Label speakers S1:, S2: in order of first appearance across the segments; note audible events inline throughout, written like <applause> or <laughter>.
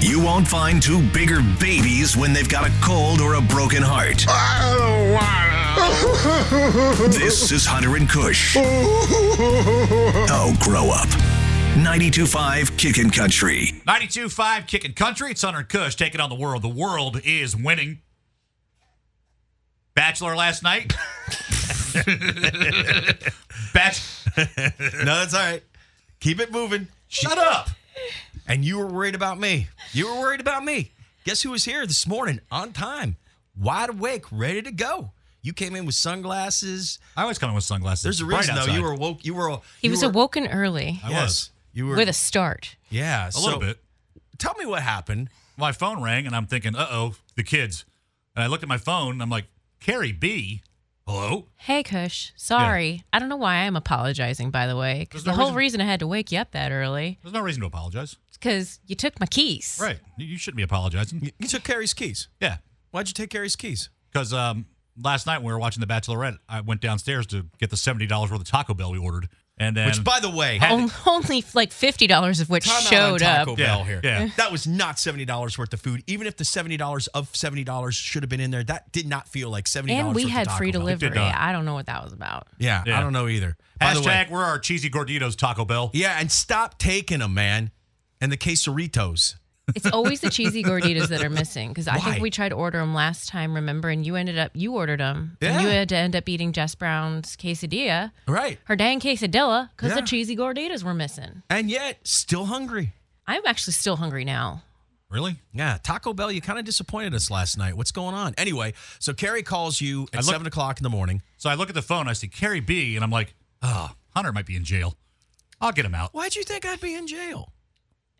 S1: You won't find two bigger babies when they've got a cold or a broken heart. This is Hunter and Kush. Oh, grow up. 92.5 Kickin' Country.
S2: 92.5 Kicking Country. It's Hunter and Kush taking on the world. The world is winning. Bachelor last
S3: <laughs>
S2: night. Batch.
S3: No, that's all right. Keep it moving.
S2: Shut up.
S3: And you were worried about me. You were worried about me. Guess who was here this morning on time, wide awake, ready to go. You came in with sunglasses.
S2: I always come in with sunglasses.
S3: There's a
S2: Bright
S3: reason though.
S2: outside.
S3: You were woke. You were.
S4: He
S3: you
S4: was
S3: were,
S4: awoken early
S2: I
S3: Yes,
S2: was.
S3: You were
S4: with a start.
S3: yeah.
S2: a little bit.
S3: Tell me what happened.
S2: My phone rang and I'm thinking, uh oh, the kids. And I looked at my phone and I'm like, Carrie B. Hello?
S4: Hey, Kush. Sorry. I don't know why I'm apologizing, by the way. Because
S2: There's no
S4: the whole
S2: reason-
S4: reason I had to wake you up that early
S2: There's no reason to apologize.
S4: is because you took my keys.
S2: Right. You you shouldn't be apologizing.
S3: You, you took Carrie's keys.
S2: Yeah.
S3: Why'd you take Carrie's keys?
S2: Because um, last night when we were watching The Bachelorette, I went downstairs to get the $70 worth of Taco Bell we ordered. And then.
S3: Which, by the way,
S2: Had-
S4: On- <laughs> Only like fifty dollars of which
S3: time out on
S4: showed up.
S3: Taco
S2: Yeah,
S3: Bell here.
S2: yeah.
S3: That was not seventy dollars worth of food. Even if the seventy dollars of seventy dollars should have been in there, that did not feel like seventy.
S4: And we
S3: worth
S4: had
S3: of Taco
S4: free
S3: Bell.
S4: delivery.
S2: not.
S4: I don't know what that
S3: <laughs>
S4: was about.
S3: Yeah,
S2: Yeah.
S3: I don't know either. By the way,
S2: Hashtag, where are cheesy gorditos, Taco Bell?
S3: yeah, and stop taking them, man. And the quesaritos.
S4: It's always the cheesy gorditas that are missing because I
S3: Why?
S4: think we tried to order them last time, remember? And you ended up, you ordered them. And you
S3: Yeah.
S4: had to end up eating Jess Brown's quesadilla,
S3: Right.
S4: her dang quesadilla, because
S3: Yeah.
S4: the cheesy gorditas were missing.
S3: And yet, still hungry.
S4: I'm actually still hungry now.
S2: Really?
S3: Yeah, Taco Bell, you kind of disappointed us last night. What's going on? Anyway, so Carrie calls you at
S2: look-
S3: seven o'clock in the morning.
S2: So I look at the phone, I see Carrie B, and I'm like,
S3: Ah.
S2: oh, Hunter might be in jail. I'll get him out.
S3: Why'd you think I'd be in jail?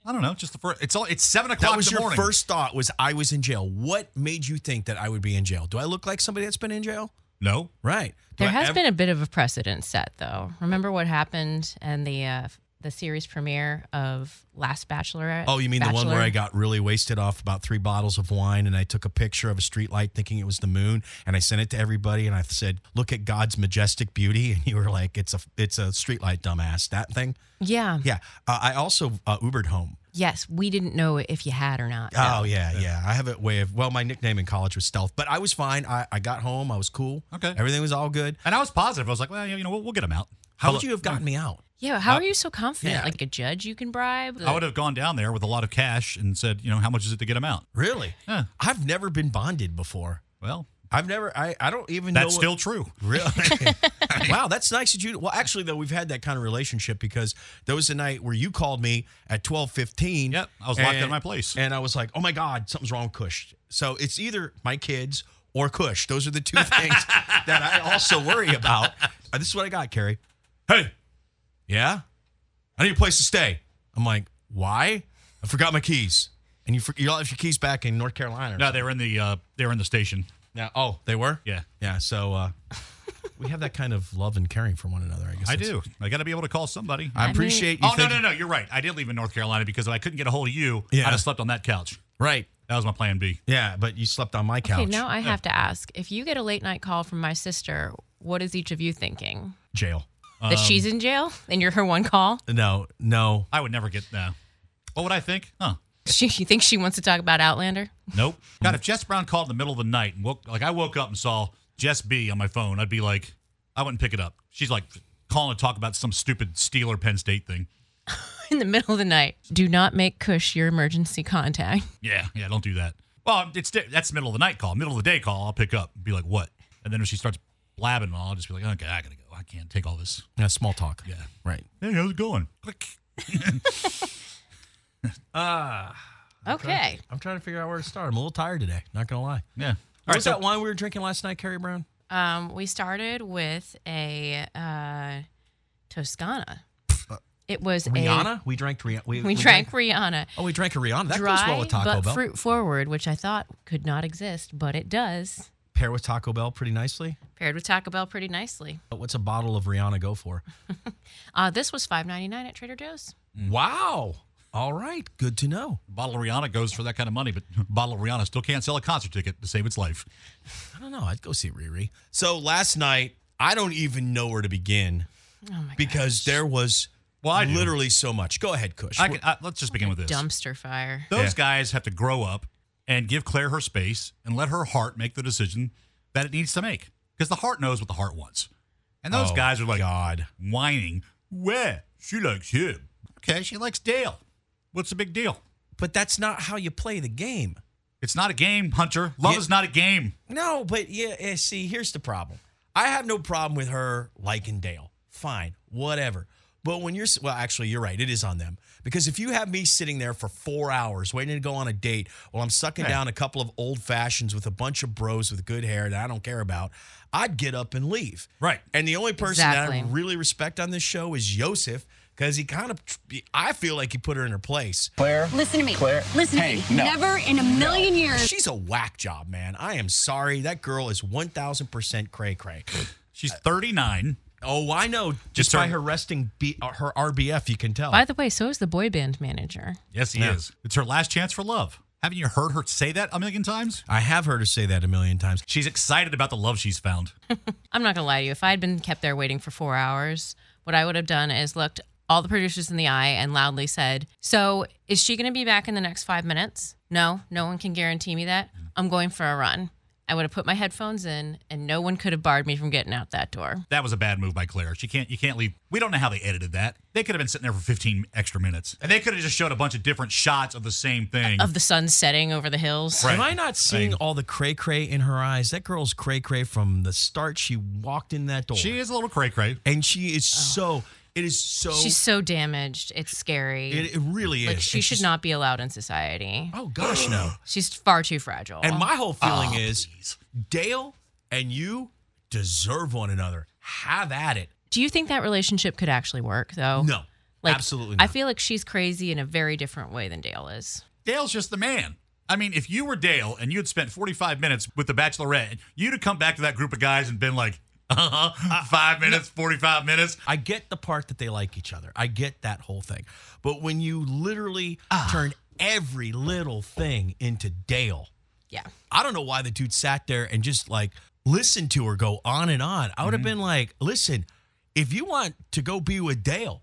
S2: I don't know. Just the first. It's all. It's seven o'clock.
S3: That was
S2: in the
S3: your
S2: morning.
S3: first thought was I was in jail. What made you think that I would be in jail? Do I look like somebody that's been in jail?
S2: No.
S3: Right. Do
S4: There
S3: I
S4: has
S3: ever-
S4: been a bit of a precedent set, though. Remember what happened and the uh, the series premiere of Last Bachelorette?
S3: Oh, you mean the one where
S4: Bachelor?
S3: I got really wasted off about three bottles of wine and I took a picture of a streetlight thinking it was the moon and I sent it to everybody and I said, "Look at God's majestic beauty." <laughs> And you were like, "It's a it's a streetlight, dumbass." That thing.
S4: Yeah.
S3: Yeah. Uh, I also uh, Ubered home.
S4: Yes, we didn't know if you had or not.
S3: Oh yeah, yeah. I have a way of. Well, my nickname in college was Stealth, but I was fine. I, I got home. I was cool.
S2: Okay.
S3: Everything was all good.
S2: And I was positive. I was like, well, you know, we'll, we'll get him out.
S3: How
S2: But
S3: would you have gotten me out?
S4: Yeah, how are you so confident?
S3: Uh, yeah.
S4: Like a judge you can bribe?
S2: I would have gone down there with a lot of cash and said, you know, how much is it to get him out?
S3: Really?
S2: Yeah.
S3: I've never been bonded before.
S2: Well,
S3: I've never. I, I don't even know.
S2: that's
S3: what-
S2: still true.
S3: Really?
S2: <laughs>
S3: wow, that's nice that you. Well, actually, though, we've had that kind of relationship because there was a night where you called me at twelve fifteen.
S2: Yep, I was locked out of my place.
S3: and I was like, "Oh my God, something's wrong with Kush." So it's either my kids or Kush. Those are
S2: <laughs>
S3: the two things that I also worry about. Uh, This is what I got, Carrie. Hey, yeah, I need a place to stay. I'm like, why? I forgot my keys. And you, for, you left your keys back in North Carolina. or
S2: No, they were in the uh, they were in the station.
S3: yeah. Oh, they were.
S2: Yeah.
S3: Yeah. So uh, <laughs> we have that kind of love and caring for one another. I guess
S2: I
S3: that's-
S2: do. I got to be able to call somebody.
S3: I appreciate you.
S2: oh no no no! You're right. I did leave in North Carolina because if I couldn't get a hold of you,
S3: Yeah.
S2: I'd have slept on that couch.
S3: Right.
S2: That was my plan B.
S3: Yeah, but you slept on my couch.
S4: Okay, now I have to ask if you get a late night call from my sister, what is each of you thinking?
S3: Jail.
S4: That she's in jail <laughs> and you're her one call?
S3: No, no.
S2: I would never get that. What would I think? Huh?
S4: She, you think she wants to talk about Outlander? <laughs>
S2: Nope. God, if Jess Brown called in the middle of the night and woke, like I woke up and saw Jess B on my phone, I'd be like, I wouldn't pick it up. She's like calling to talk about some stupid Steeler Penn State thing.
S4: In the middle of the night. Do not make Kush your emergency contact.
S2: Yeah, yeah, don't do that. Well, it's di- that's middle of the night call, middle of the day call. I'll pick up and be like, what? And then if she starts blabbing, I'll just be like, okay, I gotta go. I can't take all this.
S3: Yeah, small talk. Yeah. Right.
S2: Hey, how's it going? Click.
S4: Okay.
S3: I'm trying to figure out where to start. I'm a little tired today. Not gonna lie.
S2: Yeah.
S3: What
S2: All right.
S3: was
S2: So,
S3: that wine we were drinking last night, Carrie Brown?
S4: Um, we started with a uh, Toscana. It was
S3: Uh, Rihanna. We drank Rihanna. We,
S4: a. <laughs> We drank Rihanna.
S3: Oh, we drank a Rihanna. That
S4: Dry
S3: goes well with Taco
S4: but
S3: Bell.
S4: fruit forward, which I thought could not exist, but it does.
S3: Pair with Taco Bell pretty nicely.
S4: Paired with Taco Bell pretty nicely.
S3: But what's a bottle of Rihanna go for?
S4: Uh, this was five ninety nine at Trader Joe's.
S3: Wow. All right. Good to know.
S2: bottle of Rihanna goes for that kind of money, but <laughs> bottle of Rihanna still can't sell a concert ticket to save its life.
S3: I don't know. I'd go see Riri. So last night, I don't even know where to begin
S4: Oh my god.
S3: because there was
S2: Well, I do.
S3: literally so much. Go ahead, Kush.
S2: I can, I, let's just begin with this.
S4: Dumpster fire.
S2: Those
S3: Yeah.
S2: guys have to grow up and give Claire her space and let her heart make the decision that it needs to make because the heart knows what the heart wants. And those
S3: Oh,
S2: guys are like God whining. Where she likes him. Okay, she likes Dale. What's the big deal?
S3: but that's not how you play the game.
S2: It's not a game, Hunter. Love
S3: Yeah.
S2: is not a game.
S3: No, but yeah, eh, see, here's the problem. I have no problem with her liking Dale. Fine, whatever. But when you're, s- well, actually, you're right. It is on them. Because if you have me sitting there for four hours waiting to go on a date while I'm sucking
S2: Hey.
S3: down a couple of old fashions with a bunch of bros with good hair that I don't care about, I'd get up and leave.
S2: Right.
S3: And the only person
S4: Exactly.
S3: that I really respect on this show is Yosef because he kind of, I feel like he put her in her place.
S5: Listen to me. Listen to me. Never in a million years.
S3: She's a whack job, man. I am sorry. That girl is 1000% cray cray.
S2: She's 39.
S3: Oh, I know. Just by
S2: turned-
S3: her resting B, uh, her RBF, you can tell.
S4: By the way, so is the boy band manager.
S2: Yes, he
S3: Yeah.
S2: is. It's her last chance for love. Haven't you heard her say that a million times?
S3: I have heard her say that a million times.
S2: She's excited about the love she's found.
S4: I'm not gonna lie to you. If I had been kept there waiting for four hours, what I would have done is looked all the producers in the eye and loudly said, "So is she gonna be back in the next five minutes? No, no one can guarantee me that. I'm going for a run." I would have put my headphones in, and no one could have barred me from getting out that door.
S2: That was a bad move by Claire. She can't. You can't leave. We don't know how they edited that. They could have been sitting there for 15 extra minutes, and they could have just showed a bunch of different shots of the same thing.
S4: Of the sun setting over the hills.
S2: Right.
S3: Am I not seeing all the cray cray in her eyes? That girl's cray cray from the start. She walked in that door.
S2: she is a little cray cray.
S3: and she is so. It is so.
S4: She's so damaged. It's scary.
S3: it, it really
S4: like
S3: is.
S4: she
S3: And
S4: should
S3: she's-
S4: not be allowed in society.
S3: Oh gosh, no. <gasps>
S4: She's far too fragile.
S3: And my whole feeling is, Dale and you deserve one another. Have at it.
S4: Do you think that relationship could actually work though?
S3: No,
S4: Like,
S3: absolutely.
S4: I
S3: Not.
S4: feel like she's crazy in a very different way than Dale is.
S2: Dale's just the man. I mean, if you were Dale and you had spent 45 minutes with the Bachelorette, you'd have come back to that group of guys and been like, <laughs> uh huh, five minutes, 45 minutes.
S3: I get the part that they like each other. I get that whole thing. But when you literally turn every little thing into Dale,
S4: Yeah.
S3: I don't know why the dude sat there and just like listened to her go on and on. I would have been like, listen, if you want to go be with Dale,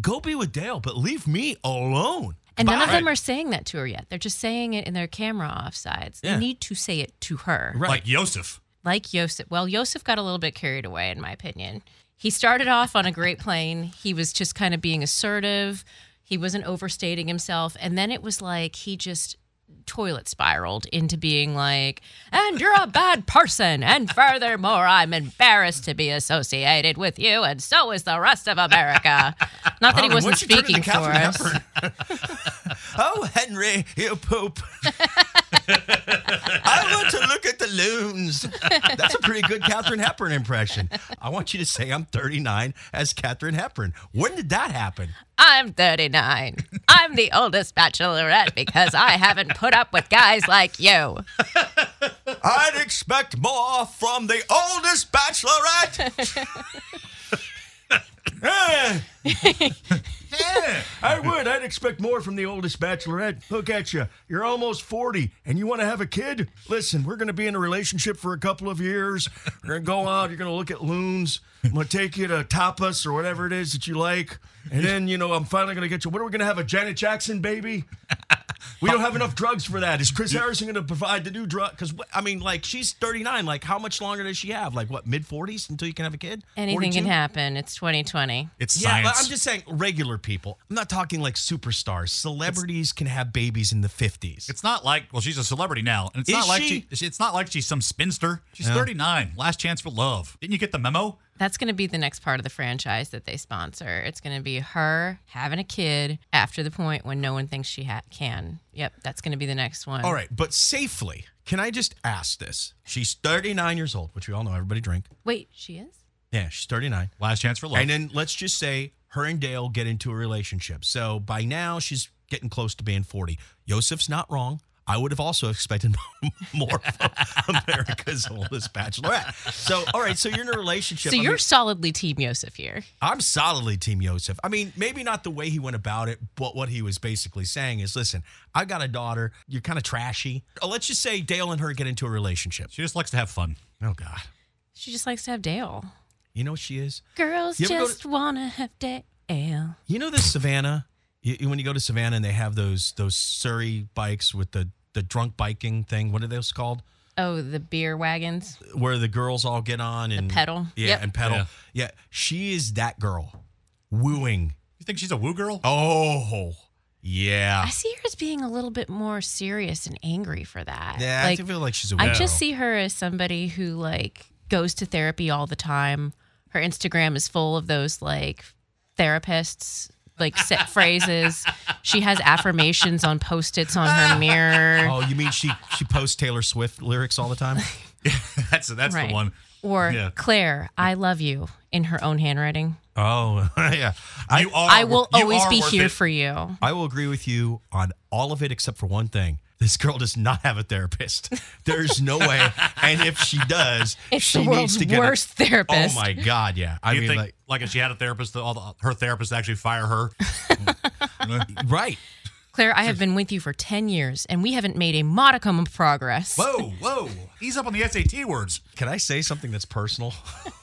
S3: go be with Dale, but leave me alone.
S4: And none of
S3: Bye.
S4: them are saying that to her yet. They're just saying it in their camera offsides.
S3: Yeah.
S4: They need to say it to her.
S3: Right.
S2: Like Yosef.
S4: Like Yosef. Well, Yosef got a little bit carried away, in my opinion. He started off on a great plane. He was just kind of being assertive. He wasn't overstating himself. And then it was like he just toilet spiraled into being like, and you're a bad person. And furthermore, I'm embarrassed to be associated with you. And so is the rest of America. Not that he
S3: Robin,
S4: wasn't
S3: what'd you turn into
S4: speaking for
S3: Catherine
S4: us.
S3: <laughs> Oh, Henry, you <laughs> poop. I want to look at the loons. That's a pretty good Catherine Hepburn impression. I want you to say I'm 39 as Catherine Hepburn. When did that happen?
S4: I'm 39. I'm the oldest bachelorette because I haven't put up with guys like you.
S3: I'd expect more from the oldest bachelorette. Eh,
S2: Yeah.
S3: I would. I'd expect more from the oldest bachelorette. Look at you. You're almost 40 and you want to have a kid? Listen, we're going to be in a relationship for a couple of years. We're going to go out. You're going to look at loons. I'm going to take you to tapas or whatever it is that you like. And then, you know, I'm finally going to get you. What are we going to have? A Janet Jackson baby? We don't have enough drugs for that. Is Chris Harrison going to provide the new drug? Because I mean, like she's 39. Like how much longer does she have? Like what, mid 40s until you can have a kid?
S4: Anything
S3: 42?
S4: can happen. It's 2020.
S2: It's
S3: Yeah,
S2: science.
S3: but I'm just saying regular people. I'm not talking like superstars. Celebrities can have babies in the 50s.
S2: It's not like well, she's a celebrity now, and it's
S3: Is
S2: not like
S3: she?
S2: she? It's not like she's some spinster. She's 39. Last chance for love. Didn't you get the memo?
S4: That's going to be the next part of the franchise that they sponsor. It's going to be her having a kid after the point when no one thinks she ha- can. Yep, that's going to be the next one.
S3: all right, but safely. Can I just ask this? She's 39 years old, which we all know everybody drink.
S4: Wait, she is?
S3: Yeah, she's 39.
S2: Last chance for love.
S3: And then let's just say her and Dale get into a relationship. So by now she's getting close to being 40. Yosef's not wrong. I would have also expected <laughs> more from America's oldest bachelorette. So, all right, so you're in a relationship.
S4: So
S3: I mean-
S4: you're solidly Team Yosef here.
S3: I'm solidly Team Yosef. I mean, maybe not the way he went about it, but what he was basically saying is listen, I got a daughter. You're kind of trashy. Uh, Let's just say Dale and her get into a relationship.
S2: she just likes to have fun.
S3: Oh, God.
S4: She just likes to have Dale.
S3: You know what she is?
S4: Girls
S3: You ever go
S4: just want to have Dale. ale.
S3: You know this Savannah? You, when you go to Savannah and they have those those Surrey bikes with the the drunk biking thing. What are those called?
S4: Oh, the beer wagons.
S3: Where the girls all get on and
S4: pedal.
S3: Yeah,
S4: Yep.
S3: and pedal.
S2: Yeah.
S3: Yeah. she is that girl, wooing.
S2: You think she's a woo girl? <laughs>
S3: Oh, yeah.
S4: I see her as being a little bit more serious and angry for that.
S3: Yeah,
S4: like,
S3: I feel like she's a woo
S4: I
S3: girl.
S4: just see her as somebody who like goes to therapy all the time. Her Instagram is full of those like therapists like set phrases. She has affirmations on post-its on her mirror.
S3: Oh, you mean she she posts Taylor Swift lyrics all the
S4: <laughs>
S3: time?
S2: that's that's
S4: Right.
S2: the one.
S4: Or
S2: Yeah.
S4: Claire, I love you in her own handwriting.
S3: Oh, <laughs> yeah. I,
S2: you are.
S3: Oh,
S4: I will
S2: you
S4: always
S2: are
S4: be
S2: worth
S4: here
S2: it.
S4: for you.
S3: I will agree with you on all of it except for one thing. This girl does not have a therapist. <laughs> There's no way. And if she does,
S4: <laughs> It's
S3: she
S4: the world's
S3: needs to get a- <laughs>
S4: worst therapist.
S3: Oh my god, yeah. I
S2: You
S3: mean
S2: think
S3: like
S2: like, if she had a therapist, all the, her therapist actually fire her?
S3: <laughs> right.
S4: Claire, I have been with you for 10 years and we haven't made a modicum of progress.
S2: whoa, whoa! He's up on the SAT words.
S3: Can I say something that's
S4: <laughs>
S3: personal? <laughs>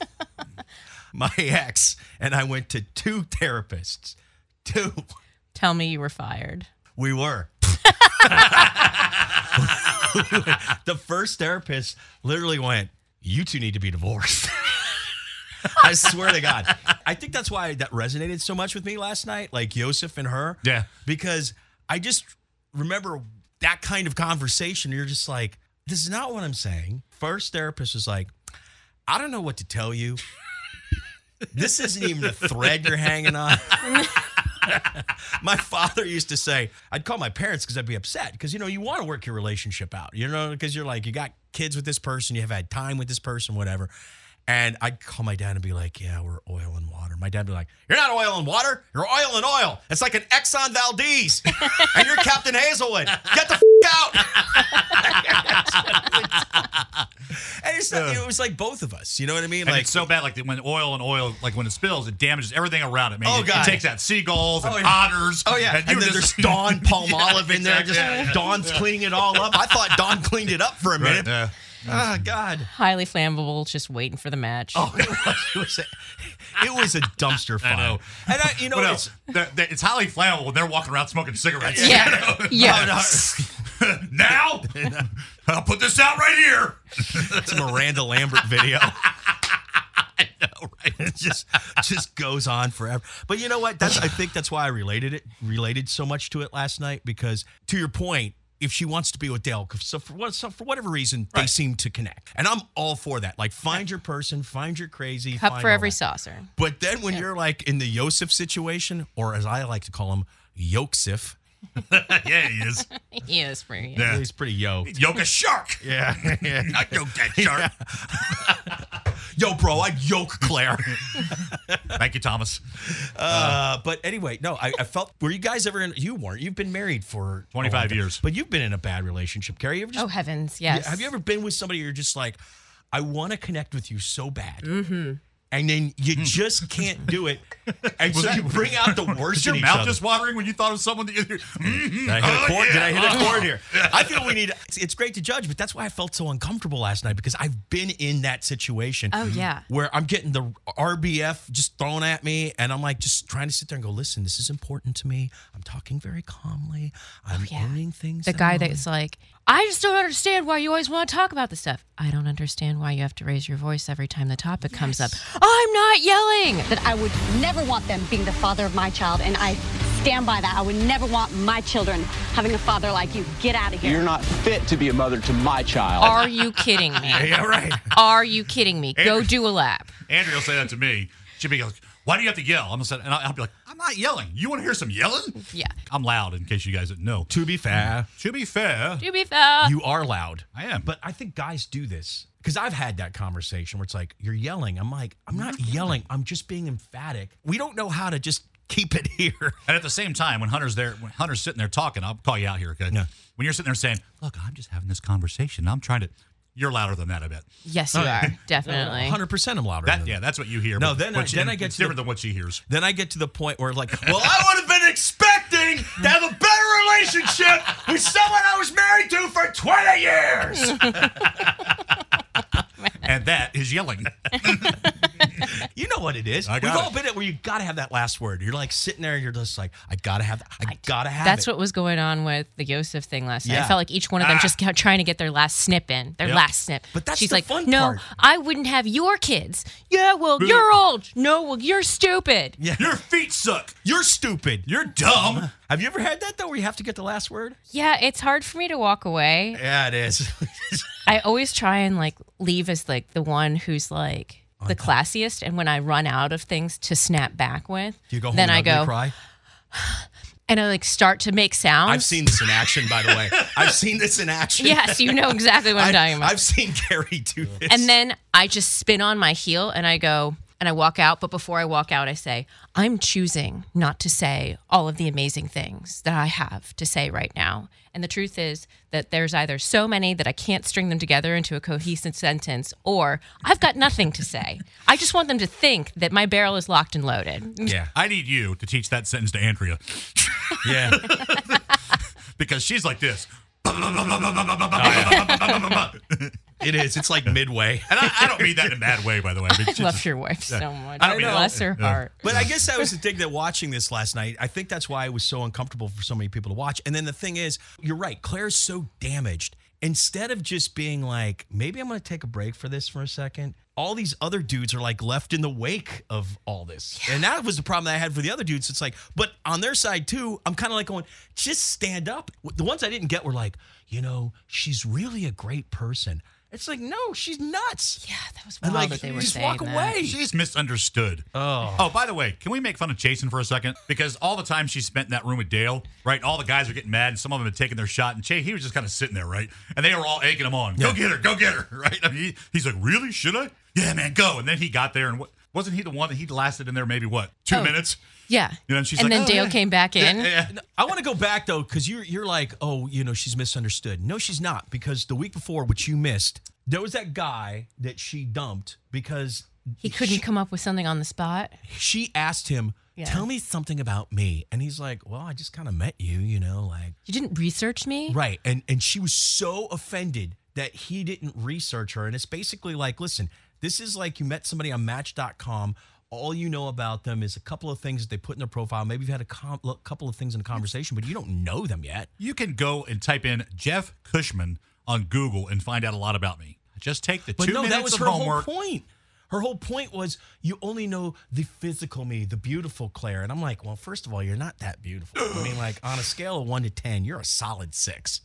S3: My ex and I went to two therapists. Two.
S4: Tell me you were fired.
S3: We were. <laughs> the first therapist literally went, You two need to be divorced. <laughs> I swear to God. I think that's why that resonated so much with me last night, like Yosef and her.
S2: Yeah.
S3: Because I just remember that kind of conversation. You're just like, This is not what I'm saying. First therapist was like, I don't know what to tell you. This isn't even a thread you're hanging on. my father used to say, I'd call my parents because I'd be upset because, you know, you want to work your relationship out, you know, because you're like, you got kids with this person, you have had time with this person, whatever. And I'd call my dad and be like, yeah, we're oil and water. My dad would be like, you're not oil and water, you're oil and oil. It's like an Exxon Valdez and you're Captain Hazelwood. Get the f- out. <laughs> and it's not, it was like both of us, you know what I mean?
S2: And
S3: like,
S2: it's so bad, like that when oil and oil, like when it spills, it damages everything around it. Man,
S3: Oh,
S2: it, it
S3: God.
S2: takes out seagulls and
S3: Oh, yeah.
S2: otters.
S3: Oh <laughs> yeah, and,
S2: you
S3: then
S2: just- <laughs>
S3: there's Dawn Palm
S2: Yeah,
S3: Olive in there.
S2: exactly.
S3: Just
S2: Yeah, yeah.
S3: Dawn's cleaning it all up. I thought Dawn cleaned it up for a minute.
S2: yeah.
S3: Ah, God. <laughs>
S4: Highly flammable, just waiting for the match.
S3: Oh, it was, it was a, it was a dumpster fire.
S2: know.
S3: And I, you know,
S2: What
S3: it's,
S2: else? That- that- It's highly flammable. when They're walking around smoking cigarettes. <laughs>
S4: Yeah.
S3: oh, no,
S4: yeah.
S3: it's
S2: now <laughs> I'll put this out right here. <laughs>
S3: a Miranda Lambert video. <laughs> I know, right? It just just goes on forever. But you know what? That's I think that's why I related it related so much to it last night because to your point. If she wants to be with Dale, 'cause so for, what, so for whatever reason, they seem to connect, and I'm all for that. Like, find your person, find your crazy.
S4: Cup
S3: find
S4: for
S3: all
S4: every
S3: that.
S4: saucer. <laughs>
S3: But then when you're like in the Yosef situation, or as I like to call him, Yoksif,
S2: Yeah, he is.
S4: yes, Maria.
S2: Yeah.
S3: he's pretty yo.
S2: Yoke a shark.
S3: Yeah.
S2: I yoked that shark.
S3: <laughs> yo, bro, I'd yoke
S2: <laughs>
S3: Claire.
S2: Thank you, Thomas.
S3: Uh, but anyway, no, I, I felt, were you guys ever in, you weren't, you've been married for
S2: 25
S3: oh,
S2: years.
S3: But you've been in a bad relationship, Carrie. You ever just,
S4: Oh, heavens. Yes.
S3: Have you ever been with somebody you're just like, I want to connect with you so bad.
S4: Mm-hmm.
S3: And then you just can't
S2: <laughs>
S3: do it. And so
S2: Hmm. that-
S3: you bring out
S2: <laughs>
S3: the
S2: Is
S3: worst in
S2: your
S3: each
S2: mouth
S3: other.
S2: just watering when you thought of someone that you <laughs> Mhm.
S3: Did I hit a
S2: Oh,
S3: chord? Did I
S2: yeah.
S3: hit a
S2: Oh.
S3: chord here? I feel we need. It's, it's great to judge, but that's why I felt so uncomfortable last night because I've been in that situation.
S4: Oh, yeah.
S3: Where I'm getting the RBF just thrown at me, and I'm like just trying to sit there and go, "Listen, this is important to me. I'm talking very calmly. I'm
S4: Oh, yeah.
S3: owning things."
S4: the
S3: that
S4: guy
S3: I'm
S4: that's like, I just don't understand why you always want to talk about this stuff. I don't understand why you have to raise your voice every time the topic comes up. I'm not yelling.
S5: That I would never want them being the father of my child, and I stand by that. I would never want my children having a father like you. Get out of here.
S6: You're not fit to be a mother to my child.
S4: Are you
S3: <laughs>
S4: kidding me?
S2: Yeah, <laughs> right.
S4: Are you kidding me? Go do a lap.
S2: Andrew will say that to me. She'll be like, why do you have to yell? I'm gonna say, and I'll, I'll be like, I'm not yelling. You want to hear some yelling?
S4: Yeah.
S2: I'm loud in case you guys didn't know.
S3: To be fair,
S2: To be fair,
S4: Do be fair.
S3: you are loud.
S2: I am.
S3: but I think guys do this because I've had that conversation where it's like, you're yelling. I'm like, I'm not
S4: Mm-hmm.
S3: yelling. I'm just being emphatic. We don't know how to just keep it here.
S2: And at the same time, when Hunter's there, when Hunter's sitting there talking, I'll call you out here. Okay.
S3: Yeah.
S2: When you're sitting there saying, "Look, I'm just having this conversation. I'm trying to," you're louder than that. I bet.
S3: <laughs>
S4: Yes, you are. Definitely.
S3: 100% I'm louder. than
S2: That
S3: them.
S2: yeah, that's what you hear.
S3: No,
S2: but
S3: then I-
S2: what she-
S3: then I get
S2: it's
S3: to the-
S2: different than what she hears.
S3: Then I get to the point where, like, well, I would have been expecting to have a better relationship with someone I was married to for 20
S4: <laughs>
S3: years.
S2: And that is yelling.
S3: You know what it
S2: <laughs>
S3: is.
S2: I
S3: We've
S2: got
S3: all
S2: it.
S3: been at where you got to have that last word. You're like sitting there, you're just like, I got to have, I, got to have.
S4: That's
S3: it.
S4: what was going on with the Yosef thing last night.
S3: Yeah. Ah.
S4: I felt like each one of them just kept trying to get their last snip in, their
S2: Yep.
S4: last snip.
S3: But that's
S4: She's
S3: the
S4: like,
S3: fun
S4: no,
S3: part."
S4: I wouldn't have your kids. Yeah, well, you're old. No, well, you're stupid.
S3: Yeah.
S2: Your feet suck.
S3: You're stupid.
S2: You're dumb.
S3: Have you ever had that though, where you have to get the last word?
S4: Yeah, it's hard for me to walk away.
S3: Yeah, it <laughs> is.
S4: I always try and like leave as like the one who's like
S3: Oh,
S4: the classiest. And when I run out of things to snap back with,
S3: Do you go home
S4: then
S3: and
S4: I
S3: ugly
S4: go
S3: cry?
S4: and I like start to make sounds.
S3: I've seen this in action, by the way. I've seen this in action.
S4: <laughs> Yes, you know exactly what I'm talking about.
S3: I've seen Gary do this.
S4: And then I just spin on my heel and I go and I walk out. But before I walk out, I say, I'm choosing not to say all of the amazing things that I have to say right now. And the truth is that there's either so many that I can't string them together into a cohesive sentence, or I've got nothing to say. I just want them to think that my barrel is locked
S2: <laughs>
S4: and loaded.
S3: yeah,
S2: I need you to teach that sentence to Andrea
S3: yeah.
S2: <laughs> because she's like
S3: <laughs>
S2: this.
S3: It is. It's like midway. <laughs>
S2: And I, I don't mean that in a bad way, by the way. I mean,
S4: I
S2: she's
S4: love
S2: just-
S4: your wife so much.
S2: I don't mean-
S4: Bless her
S2: Yeah.
S4: heart.
S3: But I guess that was the thing that watching this last night, I think that's why it was so uncomfortable for so many people to watch. And then the thing is, you're right, Claire's so damaged. Instead of just being like, maybe I'm going to take a break for this for a second, all these other dudes are like left in the wake of all this. And that was the problem that I had for the other dudes. It's like, but on their side too, I'm kind of like going, just stand up. The ones I didn't get were like, you know, she's really a great person. It's like, no, she's nuts.
S4: Yeah, that was
S3: And
S4: wild
S3: like,
S4: that they were
S3: just
S4: saying
S3: walk
S4: that.
S3: away.
S2: She's misunderstood. Oh. Oh, by the way, can we make fun of Jason for a second? Because all the time she spent in that room with Dale, right? All the guys were getting mad, and some of them had taken their shot, and Chase, he was just kind of sitting there, right? And they were all egging him on. Go get her, go get her, <laughs> right? I mean, he, he's like, really? Should I? Yeah, man, go. And then he got there, and what? Wasn't he the one that he lasted in there maybe what two
S4: Oh.
S2: minutes?
S4: Yeah.
S2: You know, and she's
S4: and
S2: like,
S4: then
S2: "Oh,
S4: Dale
S2: yeah."
S4: came back in.
S3: No, I want to go back though, because you're you're like, oh, you know, she's misunderstood. No, she's not, because the week before, which you missed, there was that guy that she dumped because
S4: He couldn't come up with something on the spot.
S3: she asked him,
S4: Yeah.
S3: "Tell me something about me," and he's like, "Well, I just kind of met you, you know, like
S4: You didn't research me?
S3: right." And and she was so offended that he didn't research her, and it's basically like, listen, this is like you met somebody on Match.com. All you know about them is a couple of things that they put in their profile. Maybe you've had a com- couple of things in a conversation, but you don't know them yet.
S2: You can go and type in Jeff Cushman on Google and find out a lot about me. Just take the
S3: But
S2: two
S3: no,
S2: minutes
S3: that was
S2: of
S3: her
S2: homework.
S3: whole point. Her whole point was you only know the physical me, the beautiful Claire. And I'm like, well, first of all, you're not that beautiful. I mean, like on a scale of one to ten, you're a solid
S2: <gasps>
S3: six.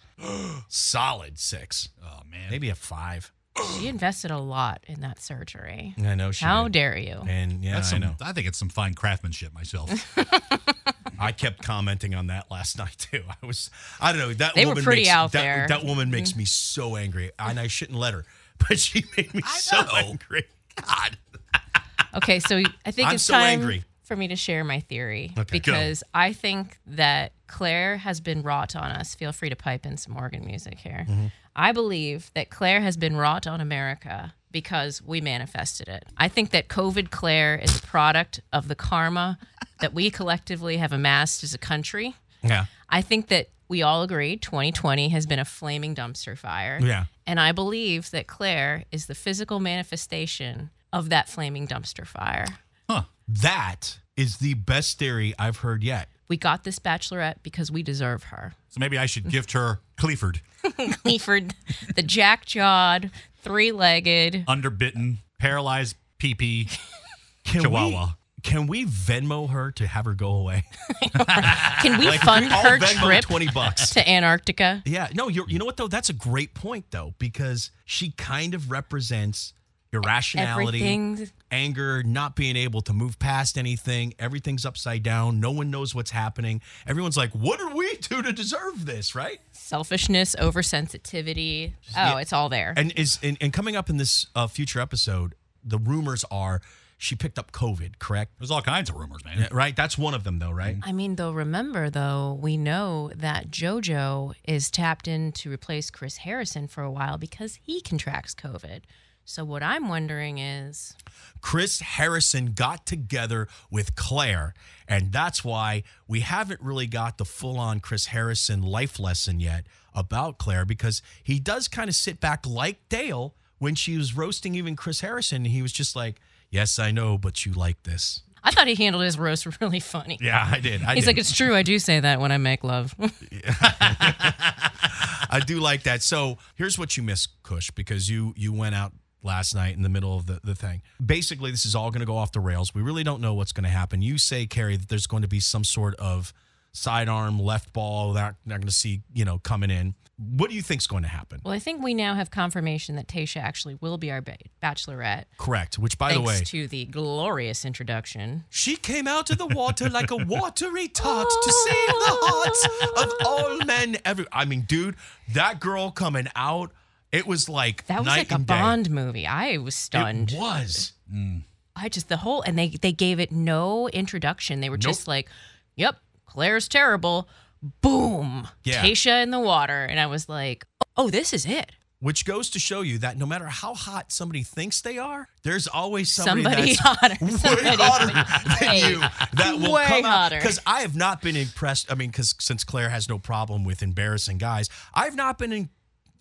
S3: solid six.
S2: Oh man,
S3: Maybe a five.
S4: She invested a lot in that surgery.
S3: I know she
S4: How
S3: did.
S4: dare you?
S3: And yeah,
S2: that's
S3: I
S2: some.
S3: know.
S2: I think it's some fine craftsmanship
S3: <laughs>
S2: myself.
S3: I kept commenting on that last <laughs> night too. I was, I don't know. That
S4: They were
S3: woman
S4: pretty
S3: makes,
S4: out
S3: that,
S4: there.
S3: That
S4: Mm-hmm.
S3: woman makes me so angry, and I shouldn't let her, <laughs> but she made me so
S2: know.
S3: angry. God.
S4: Okay, so I think
S3: I'm
S4: it's
S3: so
S4: time
S3: angry.
S4: for me to share my theory
S3: Okay. Go.
S4: because I think that Claire has been wrought on us. Feel free to pipe in some organ music here.
S3: Mm-hmm.
S4: I believe that Claire has been wrought on America because we manifested it. I think that COVID Claire is a product of the karma that we collectively have amassed as a country.
S3: Yeah.
S4: I think that we all agree 2020 has been a flaming dumpster fire.
S3: Yeah.
S4: And I believe that Claire is the physical manifestation of that flaming dumpster fire.
S3: That is the best theory I've heard yet.
S4: We got this bachelorette because we deserve her. <laughs>
S2: So maybe I should gift her Clifford,
S4: Clifford, the jack jawed, three legged.
S2: underbitten, paralyzed pee-pee.
S3: <laughs> Can
S2: E Chihuahua.
S3: We, can we Venmo her to have her go away?
S4: Can we fund
S3: I'll
S4: <laughs> her
S3: Venmo
S4: trip
S3: twenty
S4: <laughs>
S3: bucks.
S4: to Antarctica?
S3: yeah. No. You're, you know what though? That's a great point though because she kind of represents irrationality,
S4: Everything.
S3: anger, not being able to move past anything. Everything's upside down. No one knows what's happening. Everyone's like, "What are we do to deserve this?" Right?
S4: Selfishness, oversensitivity. Oh, it's all there.
S3: And is and, and coming up in this uh, future episode, the rumors are she picked up COVID. Correct?
S2: There's all kinds of rumors, man.
S3: Right. That's one of them though. Right.
S4: I mean, though, remember, though, we know that JoJo is tapped in to replace Chris Harrison for a while because he contracts COVID. So, what I'm wondering is
S3: Chris Harrison got together with Claire, and that's why we haven't really got the full on Chris Harrison life lesson yet about Claire because he does kind of sit back like Dale when she was roasting even Chris Harrison. And he was just like, Yes, I know, but you like this.
S4: I thought he handled his roast <laughs> really funny.
S3: Yeah, I did. I
S4: He's
S3: did.
S4: like, it's true. I do say that when I make love. <laughs>
S3: I do like that. So here's what you missed, Kush, because you you went out last night in the middle of the, the thing. Basically, this is all going to go off the rails. We really don't know what's going to happen. You say, Carrie, that there's going to be some sort of sidearm left ball that they're going to see, you know, coming in. What do you think's going to happen?
S4: well, I think we now have confirmation that Tasha actually will be our ba- bachelorette.
S3: Correct. Which, by
S4: thanks
S3: the way,
S4: to the glorious introduction.
S3: she came out of the water like a
S4: <laughs>
S3: watery tot to save the hearts of all men. Every, I mean, dude, that girl coming out, it was like
S4: That was
S3: night
S4: like a
S3: and day.
S4: Bond movie. I was stunned.
S3: It was.
S4: I just the whole and they they gave it no introduction. They were just
S3: Nope.
S4: like, "Yep, Claire's terrible." Boom.
S3: Yeah.
S4: Tasha in the water, and I was like, "Oh, this is it."
S3: which goes to show you that no matter how hot somebody thinks they are, there's always somebody,
S4: Somebody
S3: that's
S4: <laughs>
S3: <laughs>
S4: hotter.
S3: way
S4: Somebody
S3: hotter
S4: hotter.
S3: than you that will
S4: Way
S3: come
S4: hotter.
S3: Because I have not been impressed. I mean, because since Claire has no problem with embarrassing guys, I've not been in,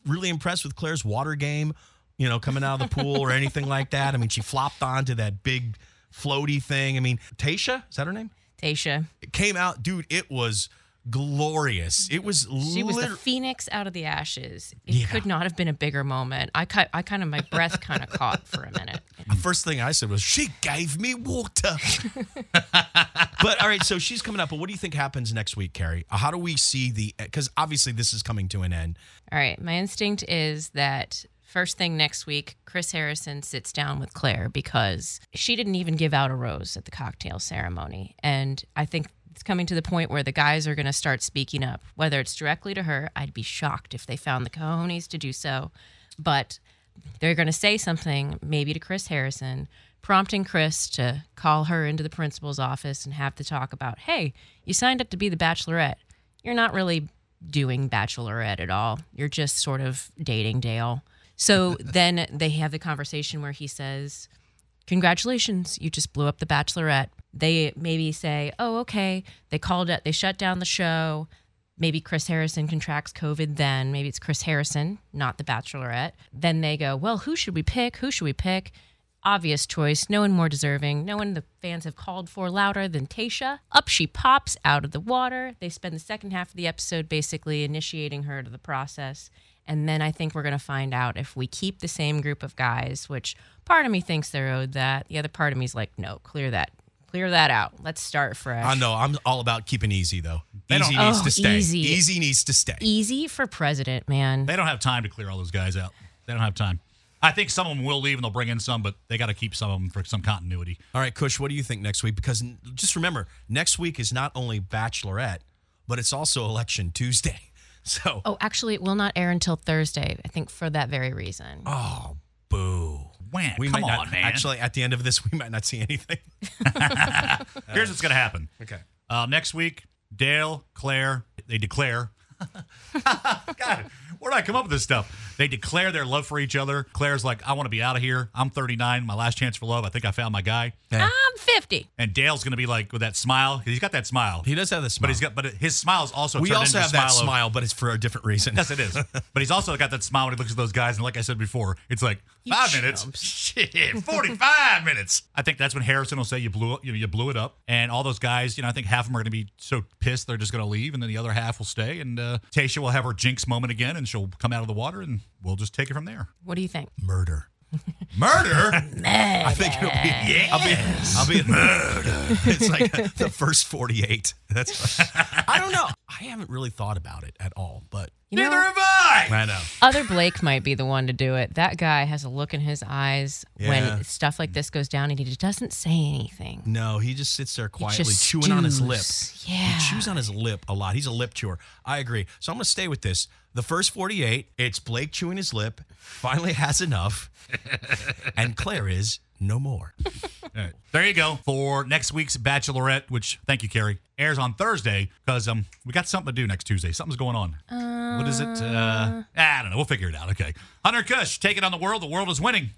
S3: really impressed with Claire's water game. You know, coming out of the pool or anything like that. I mean, she flopped onto that big floaty thing. I mean, Tasha is that her name?
S4: Tasha,
S3: It came out, dude. It was glorious. It was.
S4: she was the
S3: lit-
S4: phoenix out of the ashes. It could not have been a bigger moment. I cut, I kind of my breath kind of caught for a minute.
S3: The first thing I said was, "She gave me water." <laughs> but all right, so she's coming up. But what do you think happens next week, Carrie? How do we see the? Because obviously this is coming to an end.
S4: All right, my instinct is that first thing next week, Chris Harrison sits down with Claire because she didn't even give out a rose at the cocktail ceremony. And I think it's coming to the point where the guys are going to start speaking up, whether it's directly to her. I'd be shocked if they found the cojones to do so. But they're going to say something, maybe to Chris Harrison, prompting Chris to call her into the principal's office and have the talk about, hey, you signed up to be the bachelorette. You're not really doing bachelorette at all. You're just sort of dating Dale. So then they have the conversation where he says, congratulations, you just blew up the bachelorette. They maybe say, oh, okay. They called it, they shut down the show. Maybe Chris Harrison contracts COVID then. Maybe it's Chris Harrison, not the bachelorette. Then they go, well, who should we pick? Who should we pick? Obvious choice, no one more deserving, no one the fans have called for louder than Tasha. Up she pops out of the water. They spend the second half of the episode basically initiating her to the process. And then I think we're going to find out if we keep the same group of guys, which part of me thinks they're owed that. The other part of me is like, no, clear that. Clear that out. Let's start fresh.
S3: I know I'm all about keeping easy though.
S2: They don't-
S3: easy needs
S4: Oh,
S3: to stay.
S4: easy. E-
S3: needs to stay.
S4: Easy for president, man.
S2: They don't have time to clear all those guys out. They don't have time. I think some of them will leave and they'll bring in some, but they got to keep some of them for some continuity.
S3: All right, Kush, what do you think next week? Because n- just remember, next week is not only Bachelorette, but it's also Election Tuesday. <laughs> So,
S4: Oh, actually, it will not air until Thursday, I think, for that very reason.
S3: Oh. boo.
S2: Wham,
S3: We
S2: come
S3: might
S2: on,
S3: not,
S2: man.
S3: Actually, at the end of this, we might not see anything.
S2: Here's what's going to happen.
S3: Okay.
S2: Uh, next week, Dale, Claire, they declare. <laughs> God, where did I come up with this stuff? They declare their love for each other. Claire's like, I want to be out of here. I'm 39, my last chance for love. I think I found my guy.
S4: I'm 50.
S2: And Dale's going to be like with that smile. He's got that smile.
S3: He does have this,
S2: But he's got, but his smile is also.
S3: We
S2: turned
S3: also
S2: into
S3: have
S2: a
S3: that
S2: smile of-
S3: smile, but it's for a different reason.
S2: <laughs> Yes, it is. But he's also got that smile when he looks at those guys. And like I said before, it's like five minutes, <laughs> shit, forty-five minutes. I think that's when Harrison will say, "You blew, you, know, you blew it up," and all those guys. You know, I think half of them are going to be so pissed they're just going to leave, and then the other half will stay. And uh, Tasha will have her jinx moment again, and she'll come out of the water, and we'll just take it from there.
S4: What do you think?
S3: Murder. <laughs>
S2: Murder. <laughs>
S3: I think it'll be. I'll be. I'll be murder. It's like <laughs> the first forty-eight. That's. I don't know. I haven't really thought about it at all, but
S4: You know,
S2: Neither have I.
S3: I know.
S4: other Blake might be the one to do it. That guy has a look in his eyes
S3: Yeah.
S4: when stuff like this goes down and he doesn't say anything.
S3: No, he just sits there quietly
S4: just
S3: chewing on his lip.
S4: stews.
S3: He
S4: Yeah.
S3: chews on his lip a lot. He's a lip chewer. I agree. So I'm going to stay with this. The first 48, it's Blake chewing his lip, finally has <laughs> enough, and Claire is no more.
S2: All right. There you go for next week's Bachelorette, which thank you, Carrie, airs on Thursday because um we got something to do next Tuesday. Something's going on. what is it? Uh, I don't know. We'll figure it out. Okay. Hunter Kush taking on the world. The world is winning.